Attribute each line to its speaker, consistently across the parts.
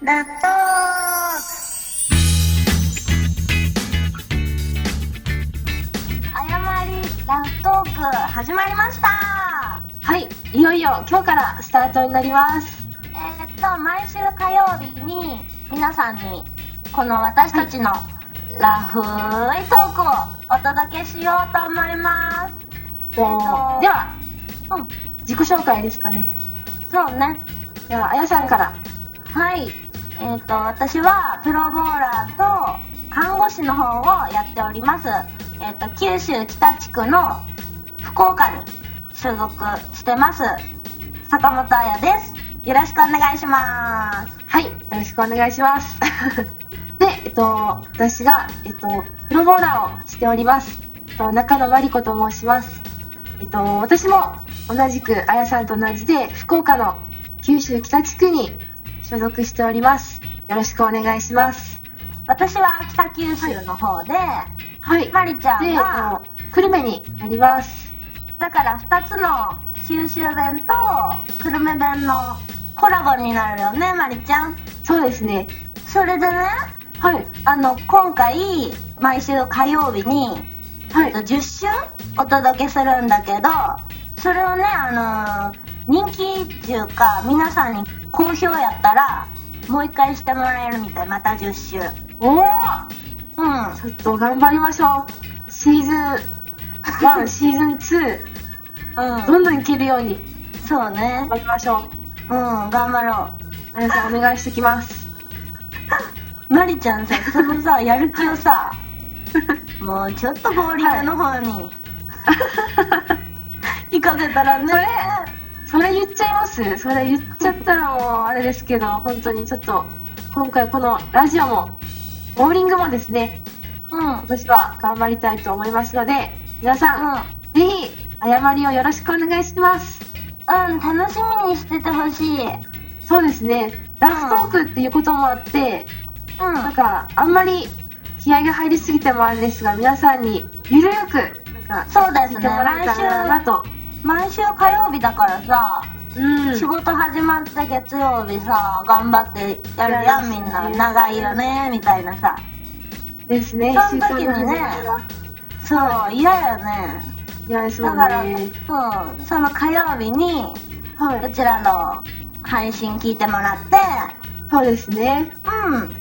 Speaker 1: ラット誤りラフトーク始まりました
Speaker 2: はい、いよいよ今日からスタートになります。
Speaker 1: えーっと毎週火曜日に皆さんにこの私たちのラフいトークをお届けしようと思います
Speaker 2: では、
Speaker 1: うん
Speaker 2: 自己紹介ですかね。
Speaker 1: そうね
Speaker 2: じゃあ、あやさんから。
Speaker 1: はいえーっと私はプロボーラーと看護師の方をやっておりますえーっと九州北地区の福岡に所属してます坂本彩ですよろしくお願いします
Speaker 2: はい、よろしくお願いします。 で、えっと、私が、えっと、プロボーラーをしております。えっと、中野真理子と申します。えっと、私も同じく、あやさんと同じで、福岡の九州北地区に所属しております。よろしくお願いします。
Speaker 1: 私は北九州の方で、
Speaker 2: はい。
Speaker 1: まりちゃん
Speaker 2: で、えっ
Speaker 1: は
Speaker 2: と、久留米になります。
Speaker 1: だから2つの九州弁と久留米弁のコラボになるよねまりちゃん
Speaker 2: そうですね。
Speaker 1: それでね
Speaker 2: はい。
Speaker 1: あの今回毎週火曜日に、
Speaker 2: は
Speaker 1: えっ
Speaker 2: い
Speaker 1: と。10週お届けするんだけどそれをねあのー人気っていうか皆さんに好評やったらもう一回してもらえるみたいまた10週う
Speaker 2: おお
Speaker 1: ん
Speaker 2: ちょっと頑張りましょうシーズン1 シーズン2
Speaker 1: う
Speaker 2: どんどんいけるように
Speaker 1: んそうね
Speaker 2: 頑張りましょ
Speaker 1: うん頑張ろう
Speaker 2: うあやさんお願いしてき ます
Speaker 1: まりちゃんさそのさやる気をさもうちょっとボーリングの方に、 行かせたらね
Speaker 2: それ言っちゃいますそれ言っちゃったらもうあれですけど本当にちょっと今回このラジオもボーリングもですね
Speaker 1: うんうん
Speaker 2: 今年は頑張りたいと思いますので皆さんぜひ誤りをよろしくお願いします
Speaker 1: うん楽しみにしててほしいうん
Speaker 2: そうですねラフトークっていうこともあって、なんかあんまり気合が入りすぎてもあれですが皆さんにゆるくなんか
Speaker 1: そうです
Speaker 2: 聞い
Speaker 1: ね
Speaker 2: てもらえ
Speaker 1: 来
Speaker 2: たらな
Speaker 1: 週
Speaker 2: と、
Speaker 1: 毎週火曜日だからさ、
Speaker 2: うん
Speaker 1: 仕事始まった月曜日さ頑張ってやるやんみんな長いよねみたいなさ
Speaker 2: ですね
Speaker 1: その時にね
Speaker 2: 週間の始まりは
Speaker 1: そう嫌やね
Speaker 2: いやです
Speaker 1: だ
Speaker 2: もん
Speaker 1: から、
Speaker 2: ね
Speaker 1: うん、その火曜日に
Speaker 2: は
Speaker 1: う
Speaker 2: い
Speaker 1: ちらの配信聞いてもらって
Speaker 2: そうですね
Speaker 1: うん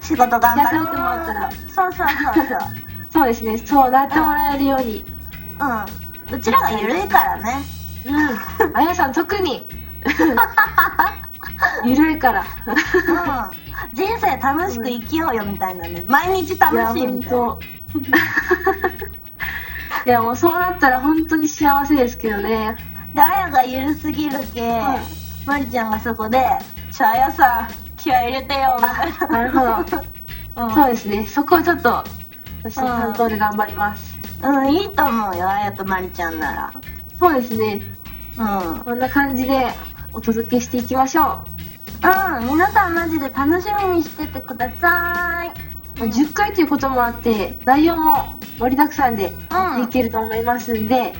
Speaker 1: 仕事頑張ろう
Speaker 2: 役立ってもらったら
Speaker 1: そうそうそうそ う
Speaker 2: そうですねそうなってもらえるように
Speaker 1: うんうちらが緩いからね
Speaker 2: うんあやさん特に ゆるいから
Speaker 1: うん人生楽しく生きようよみたいなね毎日楽しいみたいな
Speaker 2: 本当いやもうそうなったら本当に幸せですけどね
Speaker 1: であやが緩すぎるけ、
Speaker 2: は
Speaker 1: まりちゃんがそこで「ちょあやさん気合い入れてよ」みたい
Speaker 2: なるほど
Speaker 1: な、うん
Speaker 2: そうですね。そこをちょっと私の担当で頑張ります。
Speaker 1: うん、いいと思うよあやとまりちゃんなら
Speaker 2: そうですね。
Speaker 1: うん
Speaker 2: こんな感じでお届けしていきまし
Speaker 1: う
Speaker 2: ょ。
Speaker 1: ん皆さんマジで楽しみにしててくださいう
Speaker 2: まあ10回ということもあって内容も盛りだくさんでやっていけると思いますんで、
Speaker 1: うん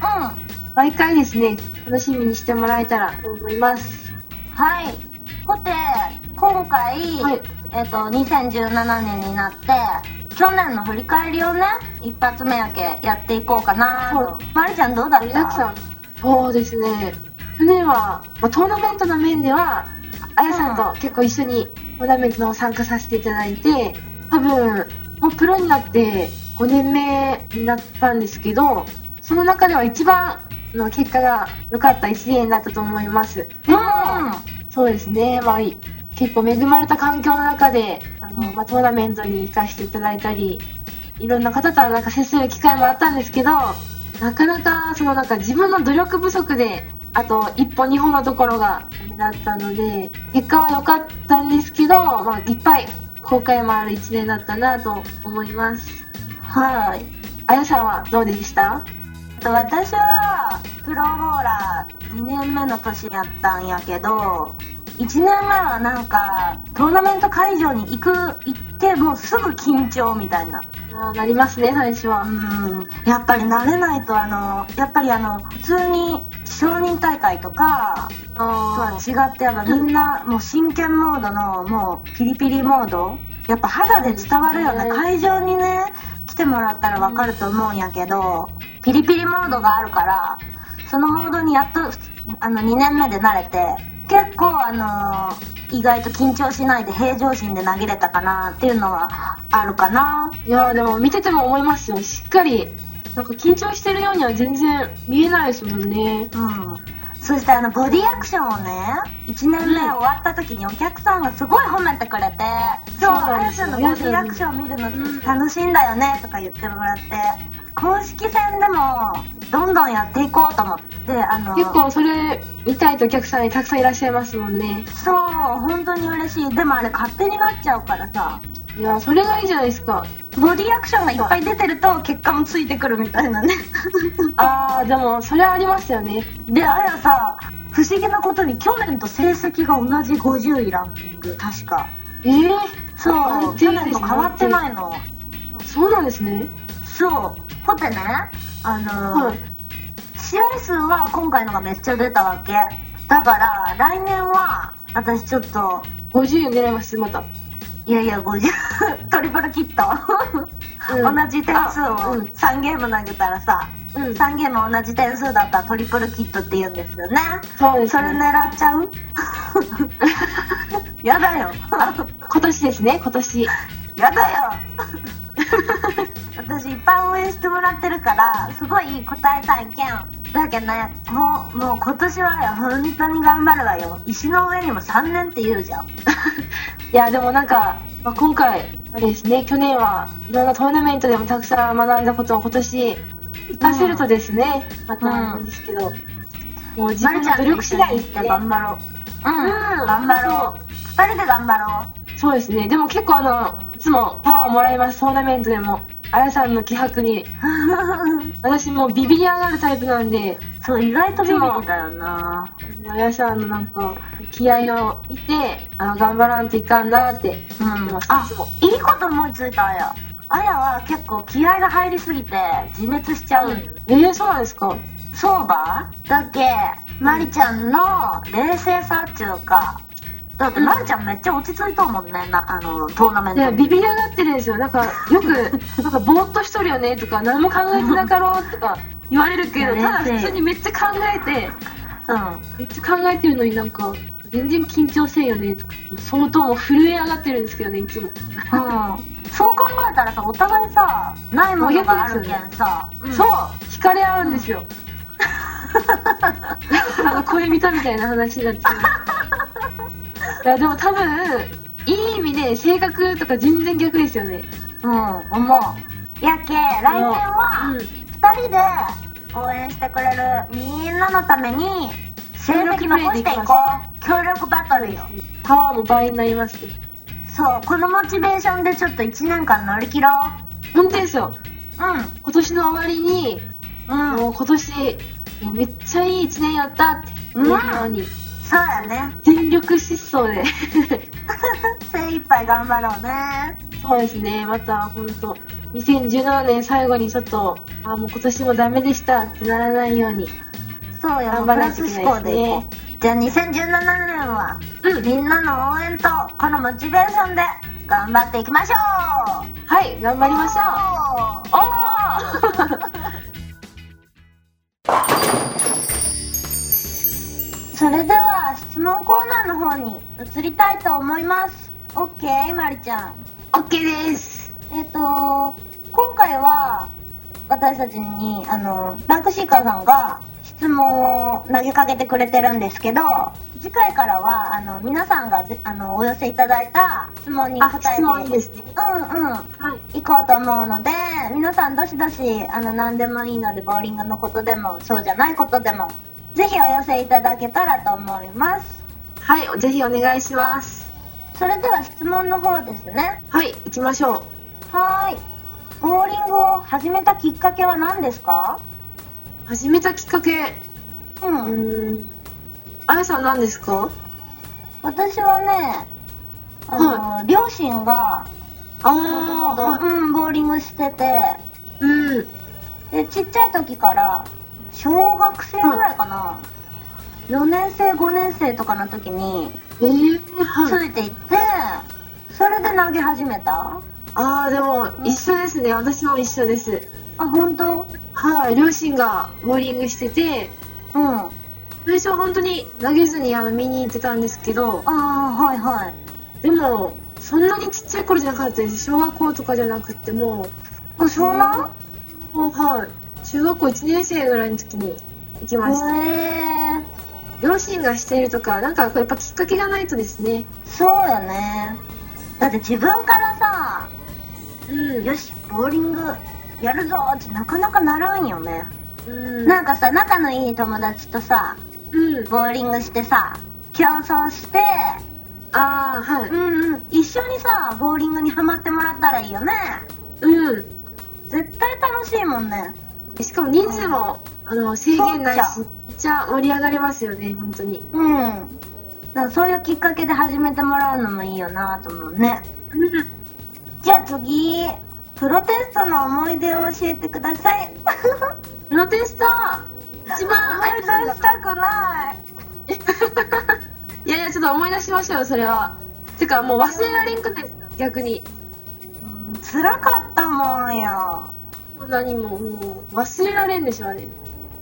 Speaker 2: 毎回ですね楽しみにしてもらえたらと思います。
Speaker 1: はい。ほて、今回、
Speaker 2: はい。
Speaker 1: えっ、と、2017年になって、去年の振り返りをね、一発目やけやっていこうかなと。まるちゃんどうだった
Speaker 2: 盛りだくさん。そうですね。去年は、まあ、トーナメントの面ではあやさんと結構一緒にトーナメントの参加させていただいて多分もうプロになって5年目になったんですけどその中では一番の結果が良かった1年だったと思いますでも、そうですねまあ結構恵まれた環境の中であの、まあ、トーナメントに行かせていただいたりいろんな方とはなんか接する機会もあったんですけどなかなかそのなんか自分の努力不足であと1歩2歩のところがダメだったので結果は良かったんですけど、まあ、いっぱい後悔もある1年だったなと思います
Speaker 1: うん。はい。
Speaker 2: あやさんはどうでした
Speaker 1: えっと私は、プロボーラー2年目の年やったんやけど、1年前はなんか、トーナメント会場に行く、行ってもうすぐ緊張みたいな。
Speaker 2: あーなりますね最初は
Speaker 1: うんやっぱり慣れないとあのやっぱりあの普通に承認大会とかとは
Speaker 2: あ
Speaker 1: 違ってやっぱみんなもう真剣モードのもうピリピリモードやっぱ肌で伝わるよね
Speaker 2: うん
Speaker 1: 会場にね来てもらったら分かると思うんやけどピリピリモードがあるからそのモードにやっとあの2年目で慣れて結構あの意外と緊張しないで平常心で投げれたかなっていうのはあるかな。
Speaker 2: ーいやーでも見てても思いますよしっかりなんか緊張してるようには全然見えないですもんね
Speaker 1: うんそしてあのボディアクションをね1年目終わった時にお客さんがすごい褒めてくれて「
Speaker 2: そう
Speaker 1: そう
Speaker 2: な
Speaker 1: あ
Speaker 2: んで
Speaker 1: や
Speaker 2: す
Speaker 1: ちゃ
Speaker 2: よ
Speaker 1: んのボディアクション見る
Speaker 2: うん
Speaker 1: の楽しいんだよね」とか言ってもらって公式戦でもどんどんやっていこうと思ってあの
Speaker 2: 結構それ見たいとお客さんにたくさんいらっしゃいますもんね
Speaker 1: そう本当に嬉しいでもあれ勝手になっちゃうからさ
Speaker 2: いやーそれがいいじゃないですか
Speaker 1: ボディアクションがいっぱい出てると結果もついてくるみたい なね
Speaker 2: あーでもそれはありますよね
Speaker 1: であやさ不思議なことに去年と成績が同じ50位ランキング確か。
Speaker 2: えー、
Speaker 1: そ
Speaker 2: 安
Speaker 1: う、
Speaker 2: 定
Speaker 1: 去年
Speaker 2: ですね
Speaker 1: と変わってないの。
Speaker 2: そうなんですね
Speaker 1: そう、ほてね、あのー
Speaker 2: はい
Speaker 1: 試合数は今回のがめっちゃ出たわけ。だから、来年は、私ちょっと、
Speaker 2: 50円狙いますまた、
Speaker 1: いやいや、50、トリ プルキット。
Speaker 2: うん
Speaker 1: 同じ点数を
Speaker 2: あうん
Speaker 1: 3ゲーム投げたらさ、
Speaker 2: うん
Speaker 1: 3ゲーム同じ点数だったらトリプルキットって言うんですよね。
Speaker 2: そうです
Speaker 1: それ
Speaker 2: ね
Speaker 1: 狙っちゃう やだよ。
Speaker 2: 今年ですね今年
Speaker 1: やだよ 私いっぱい応援してもらってるからすごい答えたいけんだけどねもうもう今年はよ本当に頑張るわよ石の上にも3年って言うじゃん
Speaker 2: いやでもなんか、まあ、今回あれですね去年はいろんなトーナメントでもたくさん学んだことを今年活かせるとですね、またなんですけど、もう自分の努力次第ですね、うん、
Speaker 1: 頑張ろううん、頑張ろう2人で頑張
Speaker 2: うそうですねでも結構あのいつもパワーもらいますトーナメントでもあやさんの気迫に
Speaker 1: ろう
Speaker 2: 私もうビビり上がるタイプなんで
Speaker 1: そう意外とビビリだよな
Speaker 2: あやさんのなんか気合を見てあ頑張らんといかんなって
Speaker 1: うん
Speaker 2: 思ってます、い
Speaker 1: あ
Speaker 2: つも
Speaker 1: いいこと思いついたあやあやは結構気合が入りすぎて自滅しちゃうんよね
Speaker 2: えー、そうなんですか
Speaker 1: そうばだっけまりちゃんの冷静さっていうかだって
Speaker 2: うん
Speaker 1: まりちゃんめっちゃ落ち着いとうもんねなあのトーナメン
Speaker 2: で
Speaker 1: ト
Speaker 2: ビビり上がってるんですよなんかよくなんかぼーっとしとるよねとか何も考えてなかろうとか言われるけど
Speaker 1: 嬉しい
Speaker 2: ただ普通にめっちゃ考えて
Speaker 1: う
Speaker 2: めっちゃ考えてるのになんか全然緊張せんよねとか相当もう震え上がってるんですけどねいつも
Speaker 1: ん、うん、そう考えたらさお互いさないものがあるけんさ、うん
Speaker 2: そう惹かれ合うんですよなんか恋人みたいな話になってしまういやでも多分いい意味で性格とか全然逆ですよね
Speaker 1: うん思うやけ来年は
Speaker 2: う
Speaker 1: 2人で応援してくれるみんなのために成績残していこう協力バトルよ
Speaker 2: んパワーも倍になりますね
Speaker 1: そうこのモチベーションでちょっと1年間乗り切ろ
Speaker 2: 本当ですよ
Speaker 1: う
Speaker 2: 今年の終わりに、
Speaker 1: うんうん
Speaker 2: もう今年もうめっちゃいい1年やったって言えるように、
Speaker 1: そうやね
Speaker 2: 全力疾走で
Speaker 1: 精一杯頑張ろうね
Speaker 2: そうですねまた本当2017年最後にちょっとあもう今年もダメでしたってならないように
Speaker 1: そうよ
Speaker 2: 頑
Speaker 1: プ
Speaker 2: 張ら
Speaker 1: ラ
Speaker 2: なき
Speaker 1: ス
Speaker 2: ゃいけ
Speaker 1: 思考
Speaker 2: ない
Speaker 1: で
Speaker 2: です
Speaker 1: いこ
Speaker 2: ね
Speaker 1: うじゃあ2017年は
Speaker 2: うん
Speaker 1: みんなの応援とこのモチベーションで頑張っていきましょう
Speaker 2: はい頑張りましょう
Speaker 1: ょう
Speaker 2: おー
Speaker 1: それでは質問コーナーの方に移りたいと思いますオッケーまりちゃん
Speaker 2: OK です
Speaker 1: えっ、と今回は私たちにあのランクシーカーさんが質問を投げかけてくれてるんですけど次回からはあの皆さんがぜあのお寄せいただいた質問に答
Speaker 2: あ
Speaker 1: えて
Speaker 2: 質問いいですね
Speaker 1: うんうん
Speaker 2: はい
Speaker 1: 行こうと思うので皆さんどしどしあの何でもいいのでボーリングのことでもそうじゃないことでもぜひお寄せいただけたらと思います
Speaker 2: はいぜひお願いします
Speaker 1: それでは質問の方ですね
Speaker 2: はい行きましょ
Speaker 1: はーいボーリングを始めたきっかけは何ですか
Speaker 2: う始めたきっかけ
Speaker 1: う、
Speaker 2: うんーんあやさん何ですか
Speaker 1: 私はねあの、両親がもとも
Speaker 2: あ
Speaker 1: とうん、ボーリングしてて
Speaker 2: ーうん
Speaker 1: でちっちゃい時から小学生ぐらいかな、 4年生5年生とかの時に
Speaker 2: えー、
Speaker 1: つ
Speaker 2: はい。
Speaker 1: いていって、それで投げ始めた
Speaker 2: ああ、でも一緒ですね。私も一緒です。
Speaker 1: あ本当
Speaker 2: はい、両親がボーリングしてて、
Speaker 1: うんあ
Speaker 2: 最初は本当に投げずにあの見に行ってたんですけど、
Speaker 1: あーはいはい
Speaker 2: でも、そんなにちっちゃい頃じゃなかったです。小学校とかじゃなくても
Speaker 1: あ湘南
Speaker 2: う、もうはい、中学校1年生ぐらいの時に行きました。
Speaker 1: へえ
Speaker 2: 両親がしているとか、なんかこうやっぱきっかけがないとですね。
Speaker 1: そうよねだって自分からさ
Speaker 2: うん。
Speaker 1: よしボーリングやるぞってなかなかならんよね、
Speaker 2: うん。
Speaker 1: なんかさ仲のいい友達とさ
Speaker 2: うん。
Speaker 1: ボーリングしてさ競争して
Speaker 2: ああ、はい。
Speaker 1: うんうん一緒にさボーリングにハマってもらったらいいよね
Speaker 2: うん。
Speaker 1: 絶対楽しいもんね
Speaker 2: しかも人数も、あの制限ないし
Speaker 1: そ
Speaker 2: めっちゃ盛り上がりますよね本当に
Speaker 1: うんだからそういうきっかけで始めてもらうのもいいよなと思うねじゃあ次プロテストの思い出を教えてください
Speaker 2: プロテスト一番
Speaker 1: 思
Speaker 2: あ
Speaker 1: い
Speaker 2: や
Speaker 1: 出
Speaker 2: さんが
Speaker 1: したくない
Speaker 2: いやいやちょっと思い出しましょうそれはてかもう忘れられんくないですか逆に
Speaker 1: うん辛かったもんよ
Speaker 2: もう何ももう忘れられんでしょうね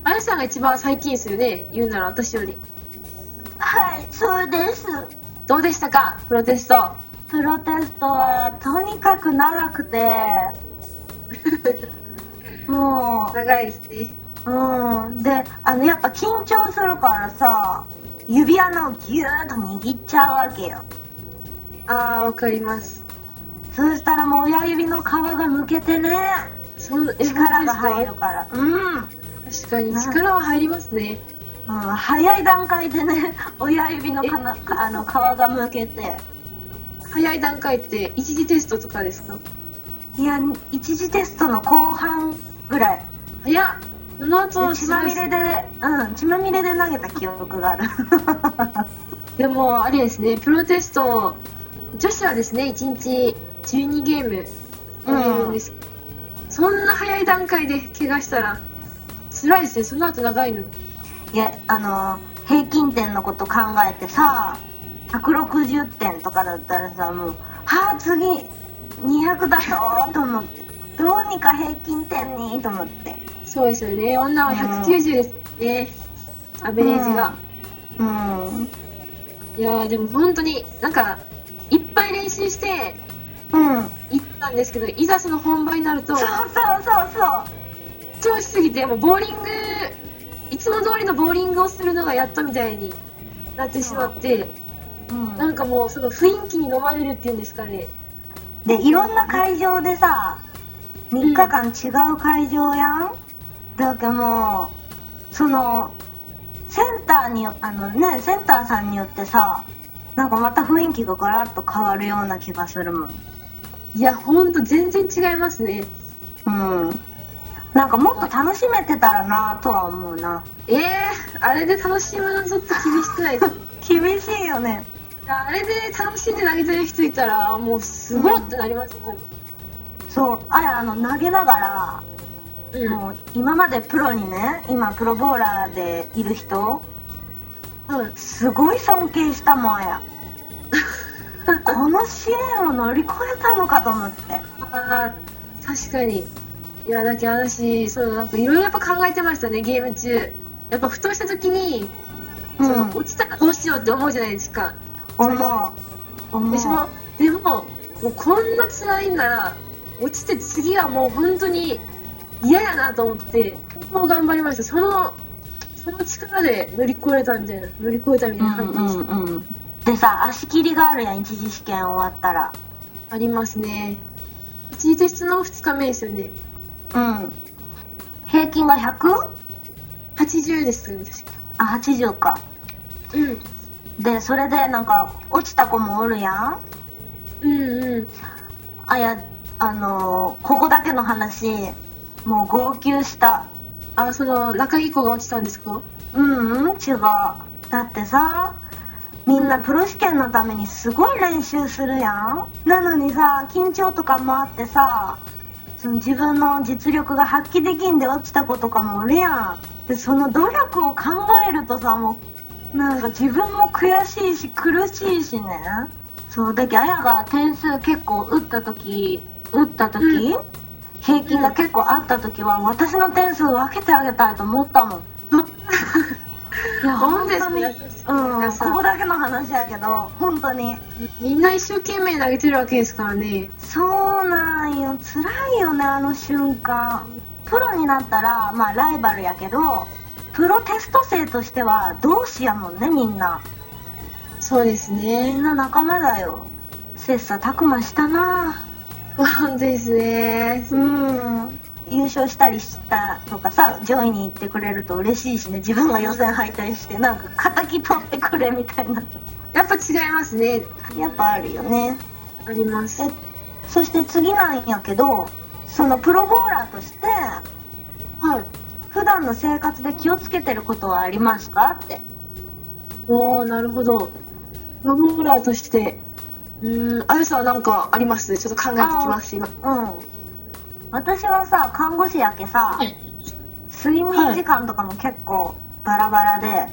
Speaker 2: あやさんが一番最近ですよね言うなら私より
Speaker 1: はいそうです
Speaker 2: どうでしたかプロテスト
Speaker 1: プロテストはとにかく長くて もう
Speaker 2: 長いですね
Speaker 1: うん、であのやっぱ緊張するからさ指穴をギューッと握っちゃうわけよ
Speaker 2: ああわかります
Speaker 1: そしたらもう親指の皮がむけてね
Speaker 2: そんえ
Speaker 1: 力が
Speaker 2: 本当
Speaker 1: 入
Speaker 2: で
Speaker 1: るからうん、うん、
Speaker 2: すか確かに力は入りますね
Speaker 1: 早い段階でね親指のかなあの皮がむけて
Speaker 2: 早い段階って一次テストとかですか
Speaker 1: いや一次テストの後半ぐらい
Speaker 2: 早っその後
Speaker 1: で血まみれでうん血まみれで投げた記憶がある
Speaker 2: でもあれですねプロテスト女子はですね1日12ゲームやれるんです、そんな早い段階で怪我したら辛いですねその後長いのに
Speaker 1: いやあの平均点のこと考えてさ160点とかだったらさもう「はあ次200だぞ」と思ってどうにか平均点にと思って
Speaker 2: そうですよね女は190ですね、アベレージが、
Speaker 1: うん
Speaker 2: いやーでも本当になんかいっぱい練習して
Speaker 1: うん
Speaker 2: 行ったんですけどいざその本番になると
Speaker 1: そうそうそうそう
Speaker 2: 調子すぎてもうボーリングいつも通りのボーリングをするのがやっとみたいになってしまって、
Speaker 1: うん
Speaker 2: なんかもうその雰囲気に飲まれるっていうんですかね。
Speaker 1: でいろんな会場でさ3日間違う会場やん、だからもうそのセンターによあのねセンターさんによってさなんかまた雰囲気がガラッと変わるような気がするもん
Speaker 2: いや、ほんと全然違いますね。
Speaker 1: うんなんかもっと楽しめてたらなとは思うな
Speaker 2: えー、あれで楽しむのちょっと厳しくない ですか
Speaker 1: 厳しいよね
Speaker 2: あれで楽しんで投げてる人いたら、もうすごいってなりますね。
Speaker 1: そうあやあの投げなが
Speaker 2: う
Speaker 1: ら、
Speaker 2: ん。は
Speaker 1: もう今までプロにね今プロボーラーでいる人
Speaker 2: い。
Speaker 1: すごい尊敬したもんやこの試練を乗り越えたのかと思って
Speaker 2: あー確かに。いや、だけど私、そのなんかいろいろやっぱ考えてましたね、ゲーム中。やっぱふとした時に、その落ちたらどうしようって思うじゃないですか。
Speaker 1: 思う思う
Speaker 2: でしょでももうこんな辛いんなら落ちて次はもう本当に嫌やなと思って本当頑張りましたそのその力で乗り越えたみたいな乗り越えたみたいな
Speaker 1: うんう
Speaker 2: 感じでした、
Speaker 1: んうんでさ足切りがあるやん一次試験終わったら
Speaker 2: ありますね一次テストの2日目ですよね
Speaker 1: うん平均が 100?
Speaker 2: 80ですよね確か
Speaker 1: あ80か
Speaker 2: うん
Speaker 1: でそれでなんか落ちた子もおるやん
Speaker 2: うんうん
Speaker 1: あやあのーここだけの話もう号泣した
Speaker 2: あその仲いい子が落ちたんですか
Speaker 1: うんうん違うだってさみんなプロ試験のためにすごい練習するやんなのにさ緊張とかもあってさその自分の実力が発揮できんで落ちた子とかもおるやんでその努力を考えるとさもうなんか自分も悔しいし苦しいしねそうだけどあやが点数結構打った時打った時、
Speaker 2: う
Speaker 1: 平均が結構あった時は、私の点数分けてあげたいと思ったもんいや
Speaker 2: 本
Speaker 1: 本
Speaker 2: 当で
Speaker 1: 当
Speaker 2: す
Speaker 1: に
Speaker 2: ね
Speaker 1: う
Speaker 2: 皆
Speaker 1: ん、
Speaker 2: さん
Speaker 1: ここだけの話やけど本当に
Speaker 2: みんな一生懸命投げてるわけですからね
Speaker 1: そうなんよ辛いよねあの瞬間プロになったらまあライバルやけどプロテスト生としては同志やもんねみんな
Speaker 2: そうです
Speaker 1: み
Speaker 2: ね
Speaker 1: んな仲間だよ切磋琢磨したな
Speaker 2: そうですね
Speaker 1: うん優勝したりしたとかさ上位に行ってくれると嬉しいしね自分が予選敗退してなんか敵取ってくれみたいな
Speaker 2: やっぱ違いますね
Speaker 1: やっぱあるよね
Speaker 2: あります
Speaker 1: えそして次なんやけどそのプロボーラーとして
Speaker 2: はい
Speaker 1: 普段の生活で気をつけてることはありますかって
Speaker 2: おーなるほどプロボーラーとしてうーんあゆさんは何かありますちょっと考えてきます今
Speaker 1: うん私はさ看護師やけさ、
Speaker 2: はい
Speaker 1: 睡眠時間とかも結構バラバラで、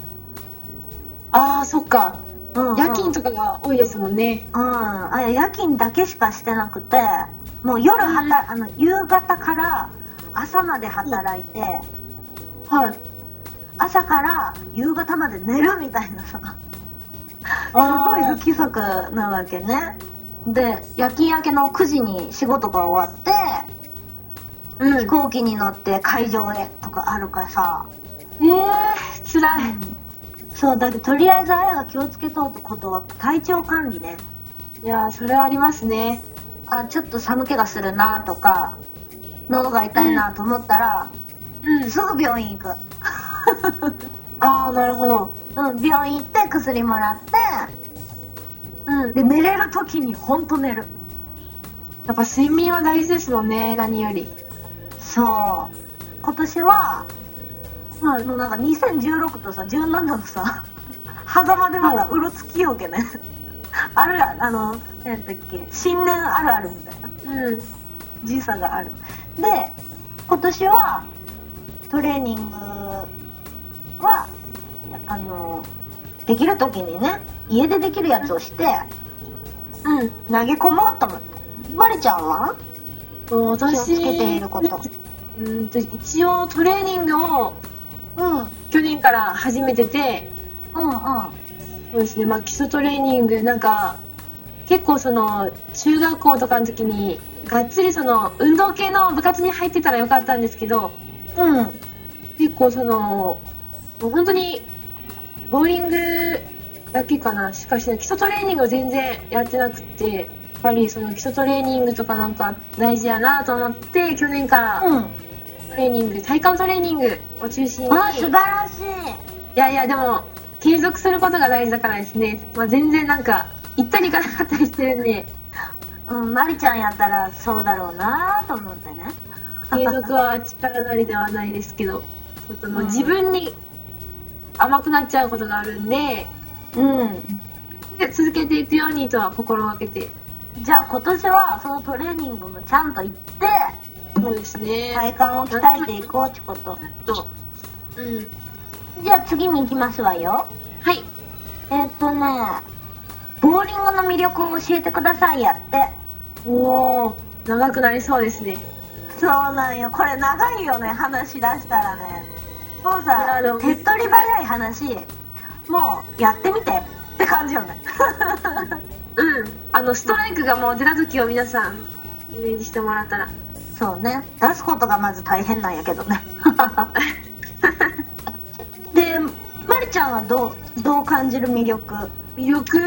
Speaker 2: あーそっか
Speaker 1: うんうん
Speaker 2: 夜勤とかが多いですもんね
Speaker 1: うんあれ夜勤だけしかしてなくてもう夜はた、あの夕方から朝まで働いて、
Speaker 2: はい
Speaker 1: 朝から夕方まで寝るみたいなさすごい
Speaker 2: あ
Speaker 1: 不規則なわけねで夜勤明けの9時に仕事が終わって
Speaker 2: ごいうん
Speaker 1: 飛行機に乗って会場へとかあるからさ、
Speaker 2: えー、つらい
Speaker 1: そうだけどとりあえずあやが気をつけとうとことは体調管理ね
Speaker 2: いやーそれはありますね
Speaker 1: あちょっと寒気がするなとか喉が痛いなと思ったら、
Speaker 2: うん
Speaker 1: すぐ病院行く、
Speaker 2: ああなるほど
Speaker 1: うん、病院行って薬もらって
Speaker 2: うん
Speaker 1: で寝れる時にほんと寝る
Speaker 2: やっぱ睡眠は大事ですもんね何より
Speaker 1: そう今年は
Speaker 2: は
Speaker 1: もうなんか2016とさ17のさ狭間でまだうろつきようけね、あるあの何だっけ新年あるあるみたいな
Speaker 2: うん
Speaker 1: 時差があるで今年はトレーニングはあのできる時にね家でできるやつをして
Speaker 2: うん
Speaker 1: 投げ込もうと思ってバリちゃんは気を
Speaker 2: 私
Speaker 1: つけていること
Speaker 2: うんと一応トレーニングを
Speaker 1: うんうん
Speaker 2: 去年から始めてて
Speaker 1: うん
Speaker 2: そうですね、まあ、基礎トレーニングなんか結構その中学校とかの時にがっつりその運動系の部活に入ってたらよかったんですけど
Speaker 1: うん
Speaker 2: 結構そのもう本当にボーリングだけかなしかしない基礎トレーニングを全然やってなくてやっぱりその基礎トレーニングとかなんか大事やなと思って去年から
Speaker 1: うん
Speaker 2: トレーニング体幹トレーニングを中心に
Speaker 1: あ素晴らしい
Speaker 2: いやいやでも継続することが大事だからですね、まあ、全然なんか行ったり行かなかったりしてるん で
Speaker 1: うんマリちゃんやったらそうだろうなと思ってね
Speaker 2: 継続は力なりではないですけどちょっともう
Speaker 1: うん
Speaker 2: 自分に甘くなっちゃうことがあるんで
Speaker 1: うん
Speaker 2: で続けていくようにとは心がけて
Speaker 1: じゃあ今年はそのトレーニングもちゃんと行って
Speaker 2: そうですね、
Speaker 1: 体幹を鍛えていこうってこと
Speaker 2: とうん
Speaker 1: じゃあ次に行きますわよ
Speaker 2: はい
Speaker 1: えーっとねボーリングの魅力を教えてくださいやって
Speaker 2: おお長くなりそうですね
Speaker 1: そうなんよこれ長いよね話し出したらねもう
Speaker 2: いや
Speaker 1: さ
Speaker 2: でも
Speaker 1: 手っ取り早い話もうやってみてって感じよね
Speaker 2: うんあのストライクがもう出た時を皆さんイメージしてもらったら
Speaker 1: そうね出すことがまず大変なんやけど ねでまりちゃんはどうどう感じる魅力
Speaker 2: 魅力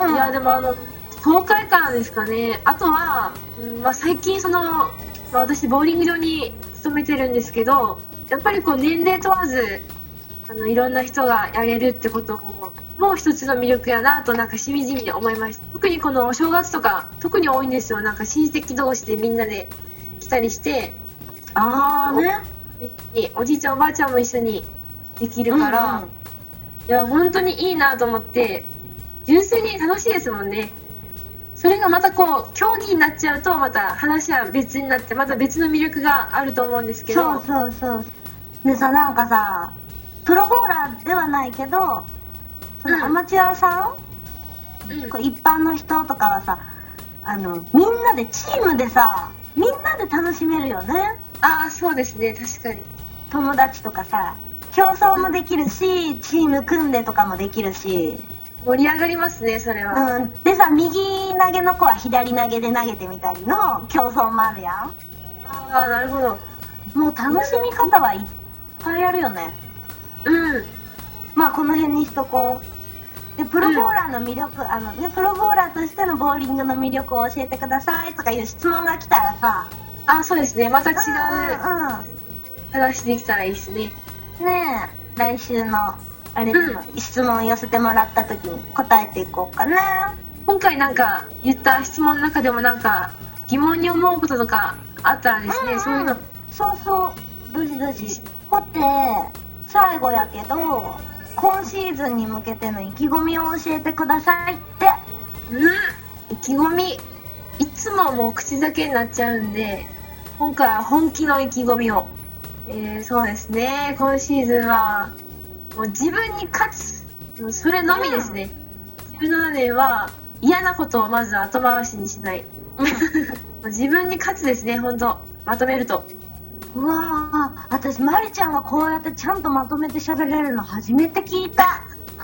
Speaker 1: うん
Speaker 2: いやでもあの爽快感ですかねあとは、うんまあ、最近その、まあ、私ボーリング場に勤めてるんですけどやっぱりこう年齢問わずあのいろんな人がやれるってことももう一つの魅力やなとなんかしみじみ思いました特にこのお正月とか特に多いんですよなんか親戚同士でみんなで来たりして
Speaker 1: ああね
Speaker 2: おじいちゃんおばあちゃんも一緒にできるから、
Speaker 1: うんうん
Speaker 2: いや本当にいいなと思って純粋に楽しいですもんねそれがまたこう競技になっちゃうとまた話は別になってまた別の魅力があると思うんですけ
Speaker 1: そ
Speaker 2: ど
Speaker 1: うそうそうでさなんかさプロボーラーではないけどそのアマチュアさん、
Speaker 2: うん
Speaker 1: こう一般の人とかはさあのみんなでチームでさみんなで楽しめるよね
Speaker 2: ああそうですね確かに
Speaker 1: 友達とかさ競争もできるしチーム組んでとかもできるし、
Speaker 2: 盛り上がりますねそれは、
Speaker 1: うん、でさ右投げの子は左投げで投げてみたりの競争もあるやん
Speaker 2: ああなるほど
Speaker 1: もう楽しみ方はいっぱいあるよね
Speaker 2: うん
Speaker 1: まあこの辺にしとこうでプロボーラーの魅力、あのねプロボーラーとしてのボーリングの魅力を教えてくださいとかいう質問が来たらさ
Speaker 2: ああそうですねまた違う
Speaker 1: う
Speaker 2: 話できたらいいですね
Speaker 1: んうんねえ来週のあれでも質問寄せてもらった時に答えていこうかな
Speaker 2: 今回なんか言った質問の中でもなんか疑問に思うこととかあったらです
Speaker 1: うん
Speaker 2: ね、
Speaker 1: うん
Speaker 2: そういうの
Speaker 1: そうそうどしどしほて最後やけど今シーズンに向けての意気込みを教えてくださいって
Speaker 2: うん意気込みいつももう口だけになっちゃうんで今回は本気の意気込みを、えー、そうですね今シーズンはもう自分に勝つもうそれのみですね、17年は嫌なことをまず後回しにしない もう自分に勝つですね本当まとめると
Speaker 1: うわあ私まりちゃんがこうやってちゃんとまとめて喋れるの初めて聞いた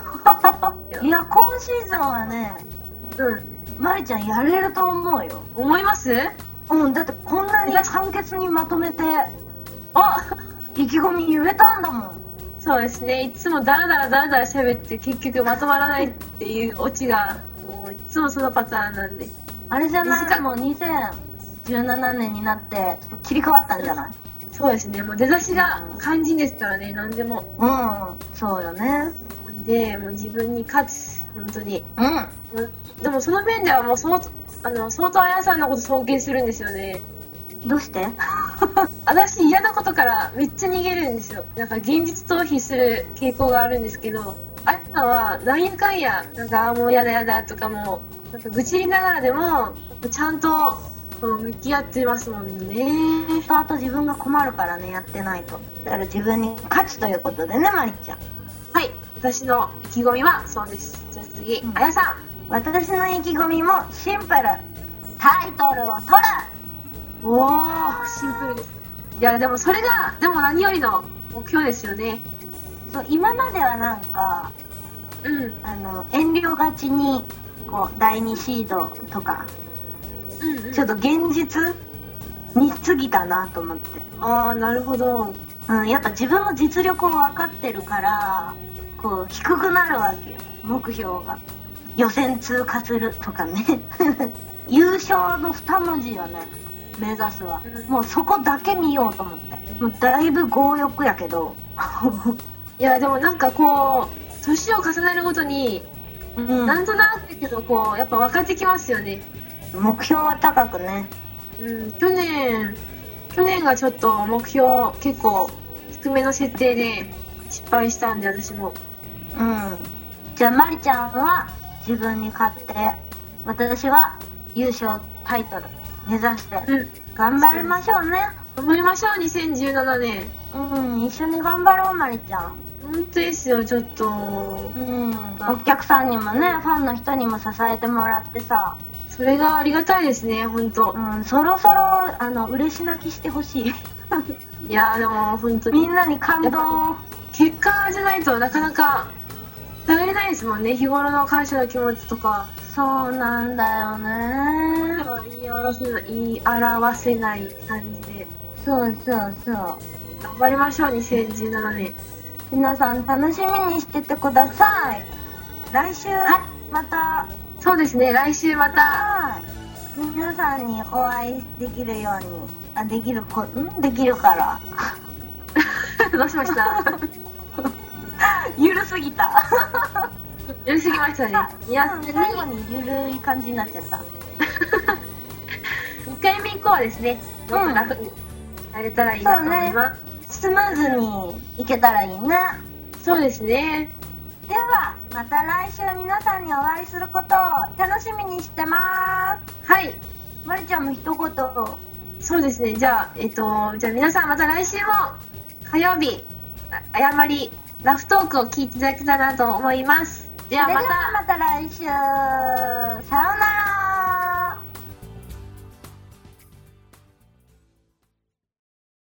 Speaker 1: いや今シーズンはね
Speaker 2: うん
Speaker 1: まりちゃんやれると思うよ
Speaker 2: 思います
Speaker 1: うんだってこんなに簡潔にまとめて
Speaker 2: あ
Speaker 1: 意気込み言えたんだもん
Speaker 2: そうですねいつもダラダラダラダラ喋って結局まとまらないっていうオチがもういつもそのパターンなんで
Speaker 1: あれじゃな
Speaker 2: 短
Speaker 1: い
Speaker 2: い
Speaker 1: もう2017年になってちょっと切り替わったんじゃない
Speaker 2: そうですねもう出だしが肝心ですからね何でも
Speaker 1: うんそうよね
Speaker 2: なんでもう自分に勝つ本当に
Speaker 1: うん
Speaker 2: もうでもその面ではもう相当あの相当あやさんのこと尊敬するんですよね
Speaker 1: どうして
Speaker 2: 私嫌なことからめっちゃ逃げるんですよなんか現実逃避する傾向があるんですけどあやさんはなんやかんやなんかあーもうやだやだとかもなんか愚痴りながらでもちゃんとうん向き合ってますもんね
Speaker 1: スタート自分が困るからねやってないとだから自分に勝つということでねまりちゃん
Speaker 2: はい私の意気込みはそうですじゃあ次
Speaker 1: うん
Speaker 2: あやさ
Speaker 1: 私の意気込みもシンプルタイトルを取る
Speaker 2: んおおシンプルですいやでもそれがでも何よりの目標ですよね
Speaker 1: そう今まではなんか
Speaker 2: うんう
Speaker 1: あの遠慮がちにこう第2シードとか
Speaker 2: ん、うん、
Speaker 1: ちょっと現実に過ぎたなと思って、
Speaker 2: ああなるほど
Speaker 1: うん、やっぱ自分の実力を分かってるからこう低くなるわけよ目標が予選通過するとかね 優勝の2文字よね目指すは
Speaker 2: うん
Speaker 1: もうそこだけ見ようと思ってもうだいぶ強欲やけど
Speaker 2: いやでもなんかこう年を重ねるごとに、
Speaker 1: うん
Speaker 2: なんとなくだけどこうやっぱ分かってきますよね
Speaker 1: 目標は高くね
Speaker 2: うん去年去年がちょっと目標結構低めの設定で失敗したんで私も
Speaker 1: うんじゃあまりちゃんは自分に勝って私は優勝タイトル目指して
Speaker 2: うん
Speaker 1: 頑張りましょうね
Speaker 2: 頑張りましょう2017年
Speaker 1: うん一緒に頑張ろうまりちゃん
Speaker 2: 本当ですよちょっと
Speaker 1: うんお客さんにもねファンの人にも支えてもらってさ
Speaker 2: それがありがたいですね本当
Speaker 1: うんそろそろあの嬉し泣きしてほしい
Speaker 2: いやーでも本当
Speaker 1: み
Speaker 2: に
Speaker 1: んなに感動を
Speaker 2: 結果じゃないとなかなか頼れないですもんね日頃の感謝の気持ちとか
Speaker 1: そうなんだよね
Speaker 2: 言い表せない言い表せない感じで
Speaker 1: そうそうそう
Speaker 2: 頑張りましょう2017年
Speaker 1: 皆さん楽しみにしててください来週また
Speaker 2: そうですね来週また
Speaker 1: はい皆さんにお会いできるようにあできるこんできるから
Speaker 2: どうしました
Speaker 1: ゆるすぎた
Speaker 2: やりすぎましたねいや
Speaker 1: うん
Speaker 2: 次
Speaker 1: 最後にゆるい感じになっちゃった
Speaker 2: 2回目以降はですねもっと楽にやれたらいいなと思います、
Speaker 1: スムーズにいけたらいいね
Speaker 2: そうですね
Speaker 1: ではまた来週皆さんにお会いすることを楽しみにしてま
Speaker 2: はい
Speaker 1: すまりちゃんも一言
Speaker 2: そうですねじゃあえっ、とじゃあ皆さんまた来週も火曜日あ誤りラフトークを聞いていただけたらなと思います
Speaker 1: じゃあまたまた来週さ